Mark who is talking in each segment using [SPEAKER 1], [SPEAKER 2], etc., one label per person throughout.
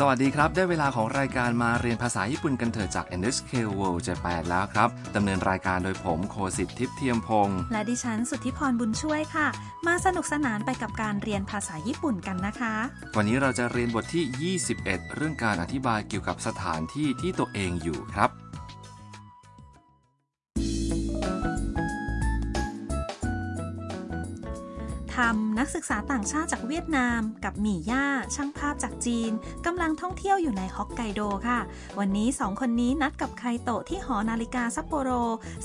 [SPEAKER 1] สวัสดีครับ ได้เวลาของรายการมาเรียนภาษาญี่ปุ่นกันเถอะจาก NHK World Japan แล้วครับ ดำเนินรายการโดยผมโคสิทธิ์ทิพย์เทียมพงศ์
[SPEAKER 2] และดิฉันสุทธิพรบุญช่วยค่ะ มาสนุกสนานไปกับการเรียนภาษาญี่ปุ่นกันนะคะ
[SPEAKER 1] วันนี้เราจะเรียนบทที่ 21 เรื่องการอธิบายเกี่ยวกับสถานที่ที่ตัวเองอยู่ครับ
[SPEAKER 2] ทำนักศึกษาต่างชาติจากเวียดนาม กับหมี่ย่า ช่างภาพจากจีนกำลังท่องเที่ยวอยู่ในฮอกไกโดค่ะ วันนี้สองคนนี้นัดกับไคโตะที่หอนาฬิกาซัปโปโร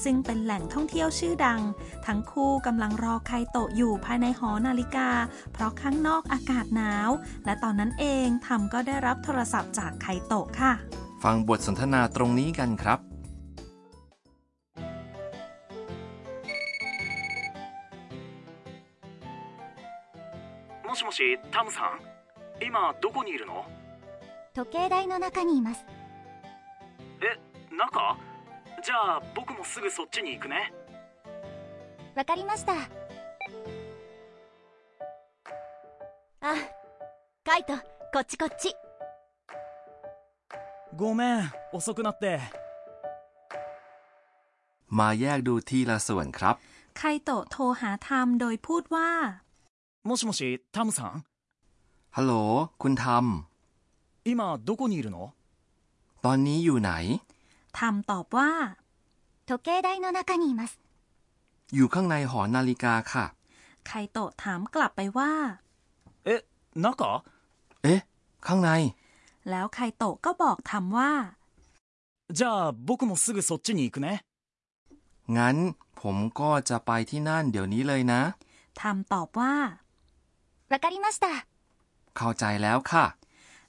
[SPEAKER 2] ซึ่งเป็นแหล่งท่องเที่ยวชื่อดัง ทั้งคู่กำลังรอไคโตะอยู่ภายในหอนาฬิกา เพราะข้างนอกอากาศหนาว และตอนนั้นเองทำก็ได้รับโทรศัพท์จากไคโตะค่ะ
[SPEAKER 1] ฟังบทสนทนาตรงนี้กันครับ
[SPEAKER 3] もしもしタムさん今どこにいるの
[SPEAKER 4] 時計台の中にいます
[SPEAKER 3] え中じゃあ僕もすぐそっちに行くね
[SPEAKER 4] わかりましたあカイトこっちこっち
[SPEAKER 3] ごめん遅くなって
[SPEAKER 1] มาแยกดูทีละส่วนครับ
[SPEAKER 2] ไคโตะโทรหาทำโดยพูดว่า
[SPEAKER 3] もしもしタムさん
[SPEAKER 1] ฮัลโหล คุณท
[SPEAKER 3] 今どこにいるの
[SPEAKER 1] ำตอนนี้อยู่ไหน
[SPEAKER 2] ทำตอบว่า
[SPEAKER 4] 時計台の中にいます
[SPEAKER 1] อยู่ข้างในหอนาฬิกาค่ะ
[SPEAKER 2] ไคโตะถามกลับไปว่า
[SPEAKER 3] え中
[SPEAKER 1] เอ๊ะ ข้างใน
[SPEAKER 2] แล้วไคโตะก็บอกทำว่า
[SPEAKER 3] じゃあ僕もすぐそっちに行くね
[SPEAKER 1] งั้นผมก็จะไปที่นั่นเดี๋ยวนี้เลยนะ
[SPEAKER 2] ทำตอบว่า
[SPEAKER 4] わかりました
[SPEAKER 1] เข้าใจแล้วค่ะ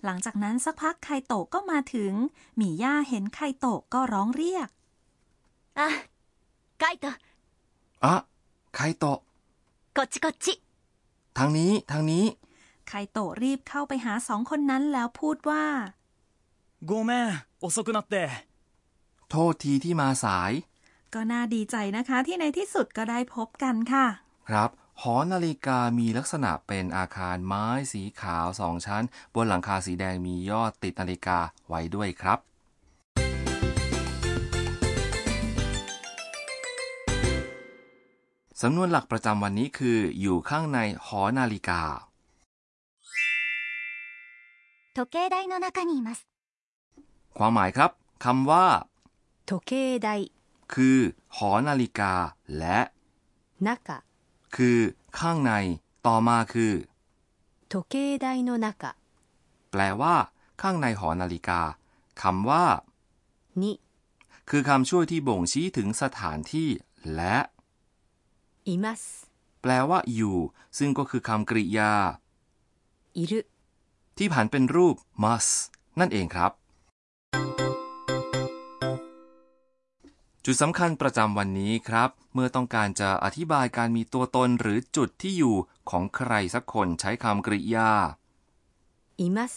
[SPEAKER 2] หลังจากนั้นสักพักไคโตะก็มาถึง หมี่ย่าเห็นไคโตะก็ร้องเรียก
[SPEAKER 4] あカイト
[SPEAKER 1] อะไคโตะ
[SPEAKER 4] こっちこっち
[SPEAKER 1] ทางนี้ ทางนี้
[SPEAKER 2] ไคโตะรีบเข้าไปหาสองคนนั้นแล้วพูดว่า
[SPEAKER 3] ごめん遅くなって
[SPEAKER 1] โทษทีที่มาสาย
[SPEAKER 2] ก็น่าดีใจนะคะที่ในที่สุดก็ได้พบกันค่ะ
[SPEAKER 1] ครับ หอนาฬิกามีลักษณะเป็นอาคารไม้สีขาวสองชั้น บนหลังคาสีแดงมียอดติดนาฬิกาไว้ด้วยครับ สำนวนหลักประจำวันนี้คือ อยู่ข้างในหอนาฬิกา
[SPEAKER 4] 時計台の中にいます
[SPEAKER 1] ความหมายครับคำว่า
[SPEAKER 4] 時計台
[SPEAKER 1] คือ หอนาฬิกา และ
[SPEAKER 4] 中
[SPEAKER 1] คือ ข้างใน ต่อมาคือ
[SPEAKER 4] 時計台の中
[SPEAKER 1] แปลว่า ข้างในหอนาฬิกาคำว่า
[SPEAKER 4] に
[SPEAKER 1] คือคำช่วยที่บ่งชี้ถึงสถานที่ และ
[SPEAKER 4] います
[SPEAKER 1] แปลว่า อยู่ ซึ่งก็คือคำกริยา
[SPEAKER 4] いる
[SPEAKER 1] ที่ผันเป็นรูป must นั่นเองครับ จุดสำคัญประจำวันนี้ครับ เมื่อต้องการจะอธิบายการมีตัวตนหรือจุดที่อยู่ของใครสักคนใช้คำกริยา
[SPEAKER 4] います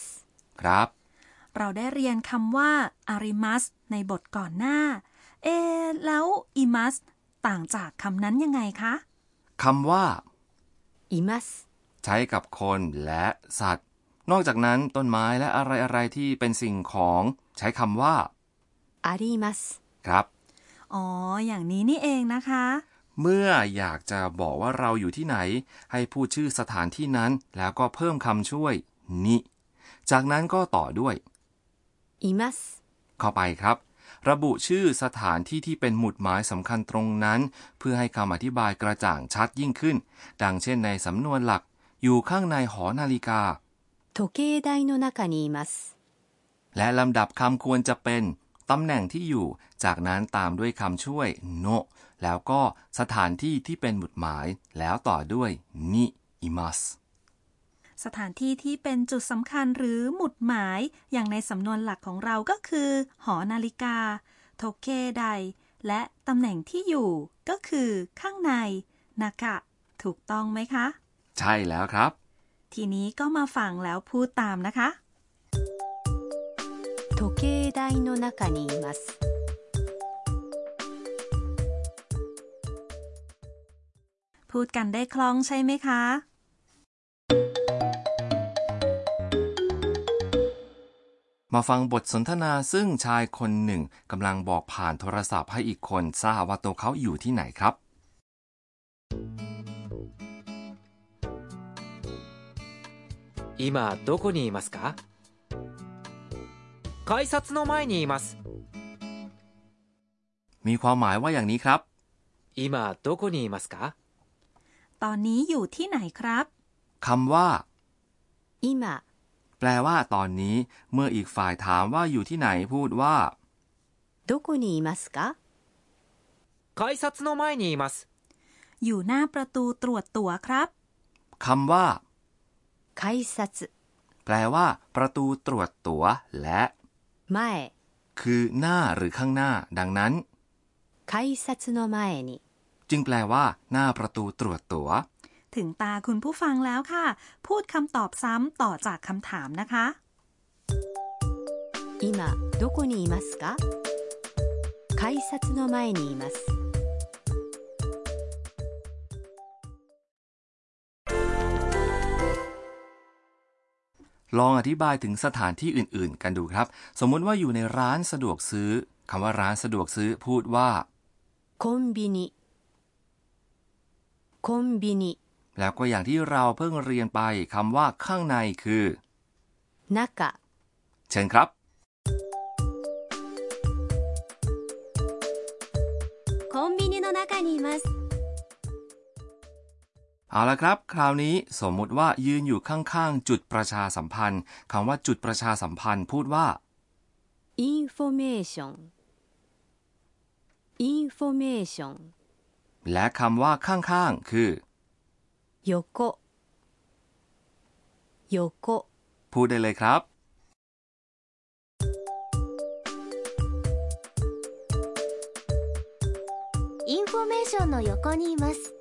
[SPEAKER 1] ครับ
[SPEAKER 2] เราได้เรียนคำว่า arimas ในบทก่อนหน้า เอะแล้ว imas ต่างจากคำนั้นยังไงคะ
[SPEAKER 1] คำว่า
[SPEAKER 4] います
[SPEAKER 1] ใช้กับคนและสัตว์ นอกจากนั้นต้นไม้และอะไรๆที่เป็นสิ่งของ ใช้คำว่า
[SPEAKER 4] あります
[SPEAKER 1] ครับ
[SPEAKER 2] อ๋อ อย่างนี้นี่เองนะคะ
[SPEAKER 1] เมื่ออยากจะบอกว่าเราอยู่ที่ไหน ให้พูดชื่อสถานที่นั้น แล้วก็เพิ่มคำช่วย นิจากนั้นก็ต่อด้วย
[SPEAKER 4] います
[SPEAKER 1] เข้าไปครับ ระบุชื่อสถานที่ที่เป็นหมุดหมายสำคัญตรงนั้น เพื่อให้คำอธิบายกระจ่างชัดยิ่งขึ้น ดังเช่นในสำนวนหลัก อยู่ข้างในหอนาฬิกา
[SPEAKER 4] 時計台の中にいます
[SPEAKER 1] และลำดับคำควรจะเป็น ตำแหน่งที่อยู่ จากนั้นตามด้วยคำช่วย โน แล้วก็สถานที่ที่เป็นหมุดหมาย แล้วต่อด้วย นิอิมัส
[SPEAKER 2] สถานที่ที่เป็นจุดสำคัญหรือหมุดหมาย อย่างในสำนวนหลักของเราก็คือ หอนาฬิกา โทเคไดและตำแหน่งที่อยู่ ก็คือข้างใน นากะ ถูกต้องไหมคะ
[SPEAKER 1] ใช่แล้วครับ
[SPEAKER 2] ทีนี้ก็มาฟังแล้วพูดตามนะคะ
[SPEAKER 4] 時計台の中にいます
[SPEAKER 2] พูดกันได้คล่องใช่ไหมคะ
[SPEAKER 1] มาฟังบทสนทนาซึ่งชายคนหนึ่งกำลังบอกผ่านโทรศัพท์ให้อีกคนทราบว่าตัวเขาอยู่ที่ไหนครับ
[SPEAKER 5] 今どこにいますか改札の前にいます
[SPEAKER 1] มีความหมายว่าอย่างนี้ครับ
[SPEAKER 5] 今どこにいますか
[SPEAKER 2] ตอนนี้อยู่ที่ไหนครับ
[SPEAKER 1] คำว่า
[SPEAKER 4] 今
[SPEAKER 1] แปลว่า ตอนนี้ เมื่ออีกฝ่ายถามว่าอยู่ที่ไหนพูดว่า
[SPEAKER 4] どこにいますか
[SPEAKER 5] 改札の前にいます
[SPEAKER 2] อยู่หน้าประตูตรวจตั๋วครับ
[SPEAKER 1] คำว่า
[SPEAKER 4] 改札
[SPEAKER 1] แปลว่า ประตูตรวจตั๋ว และ
[SPEAKER 4] 前
[SPEAKER 1] คือหน้าหรือข้างหน้า ดังนั้น
[SPEAKER 4] 改札の前に
[SPEAKER 1] จึงแปลว่า หน้าประตูตรวจตั๋ว
[SPEAKER 2] ถึงตาคุณผู้ฟังแล้วค่ะ พูดคำตอบซ้ำต่อจากคำถามนะคะ
[SPEAKER 4] 今どこにいますか改札の前にいます
[SPEAKER 1] ลองอธิบายถึงสถานที่อื่น ๆ กันดูครับ สมมุติว่าอยู่ในร้านสะดวกซื้อคำว่าร้านสะดวกซื้อพูดว่า
[SPEAKER 4] コンビニコンビニ
[SPEAKER 1] แล้วก็อย่างที่เราเพิ่งเรียนไปคำว่าข้างในคือ
[SPEAKER 4] 中
[SPEAKER 1] เชิญครับ
[SPEAKER 4] コンビニの中にいます
[SPEAKER 1] เอาละครับ คราวนี้สมมุติว่ายืนอยู่ข้าง ๆ จุดประชาสัมพันธ์คำว่าจุดประชาสัมพันธ์พูดว่า
[SPEAKER 4] インフォメーションインフォメーション
[SPEAKER 1] และคำว่าข้าง ๆ คือ
[SPEAKER 4] 横横
[SPEAKER 1] พูดได้เลยครับ
[SPEAKER 4] インフォメーションの横にいます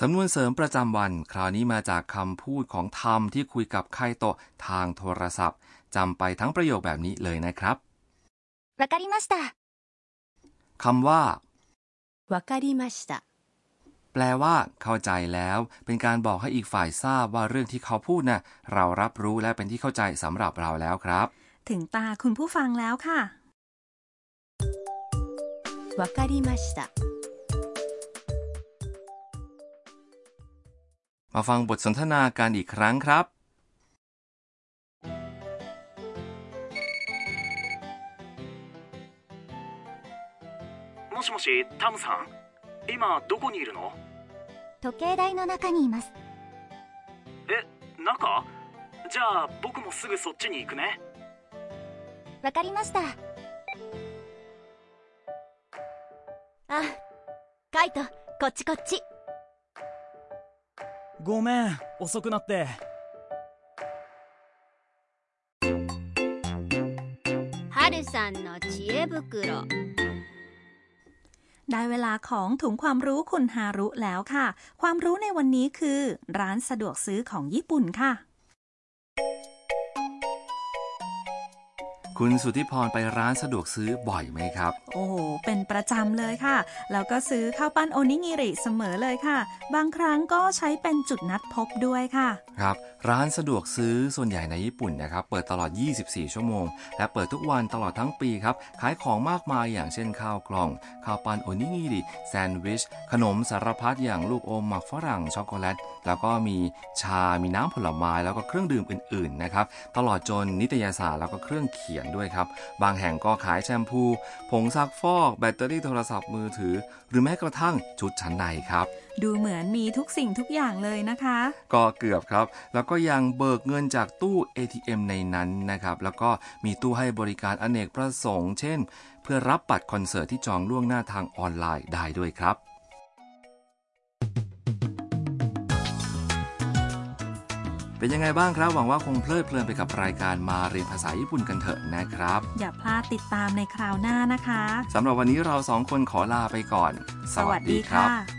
[SPEAKER 1] สำนวนเสริมประจำวัน คราวนี้มาจากคำพูดของธรรมที่คุยกับไคโตะทางโทรศัพท์จำไปทั้งประโยคแบบนี้เลยนะครับ
[SPEAKER 4] わかりました
[SPEAKER 1] คำว่า
[SPEAKER 4] わかりました
[SPEAKER 1] แปลว่า เข้าใจแล้ว เป็นการบอกให้อีกฝ่ายทราบว่าเรื่องที่เขาพูดนะ่ะเรารับรู้และเป็นที่เข้าใจสำหรับเราแล้วครับ
[SPEAKER 2] ถึงตาคุณผู้ฟังแล้วค่ะ
[SPEAKER 4] わかりました
[SPEAKER 1] มาฟังบทสนทนากันอีกครั้งครับ
[SPEAKER 3] もしもしタムさん今どこにいるの
[SPEAKER 4] 時計台の中にいます
[SPEAKER 3] え中じゃあ僕もすぐそっちに行くね
[SPEAKER 4] わかりましたあカイトこっちこっち
[SPEAKER 3] ごめん遅くなって
[SPEAKER 4] ハルさんの知恵袋
[SPEAKER 2] ได้เวลาของถุงความรู้คุณฮารุแล้วค่ะ ความรู้ในวันนี้คือ ร้านสะดวกซื้อของญี่ปุ่นค่ะ
[SPEAKER 1] คุณสุทธิพรไปร้านสะดวกซื้อบ่อยไหมครับ
[SPEAKER 2] โอ้โห เป็นประจำเลยค่ะ แล้วก็ซื้อข้าวปั้นโอนิงิริเสมอเลยค่ะ บางครั้งก็ใช้เป็นจุดนัดพบด้วยค่ะ
[SPEAKER 1] ครับ ร้านสะดวกซื้อส่วนใหญ่ในญี่ปุ่นนะครับ เปิดตลอด 24 ชั่วโมง และเปิดทุกวันตลอดทั้งปีครับ ขายของมากมายอย่างเช่นข้าวกล่อง ข้าวปั้นโอนิงิริแซนด์วิช ขนมสารพัดอย่างลูกอมหมักฝรั่งช็อกโกแลต แล้วก็มีชา มีน้ำผลไม้ แล้วก็เครื่องดื่มอื่นๆนะครับ ตลอดจนนิตยสารแล้วก็เครื่องเขียนด้วยครับ บางแห่งก็ขายแชมพู ผงซักฟอก แบตเตอรี่โทรศัพท์มือถือ หรือแม้กระทั่งชุดชั้นในครับ
[SPEAKER 2] ดูเหมือนมีทุกสิ่งทุกอย่างเลยนะคะ
[SPEAKER 1] ก็เกือบครับ แล้วก็ยังเบิกเงินจากตู้ ATM ในนั้นนะครับ แล้วก็มีตู้ให้บริการอเนกประสงค์ เช่น เพื่อรับบัตรคอนเสิร์ตที่จองล่วงหน้าทางออนไลน์ได้ด้วยครับ เป็นยังไงบ้างครับ หวังว่าคงเพลิดเพลินไปกับรายการมาเรียนภาษาญี่ปุ่นกันเถอะนะครับ
[SPEAKER 2] อย่าพลาดติดตามในคราวหน้านะคะ
[SPEAKER 1] สำหรับวันนี้เราสองคนขอลาไปก่อน
[SPEAKER 2] สวัสดีค่ะ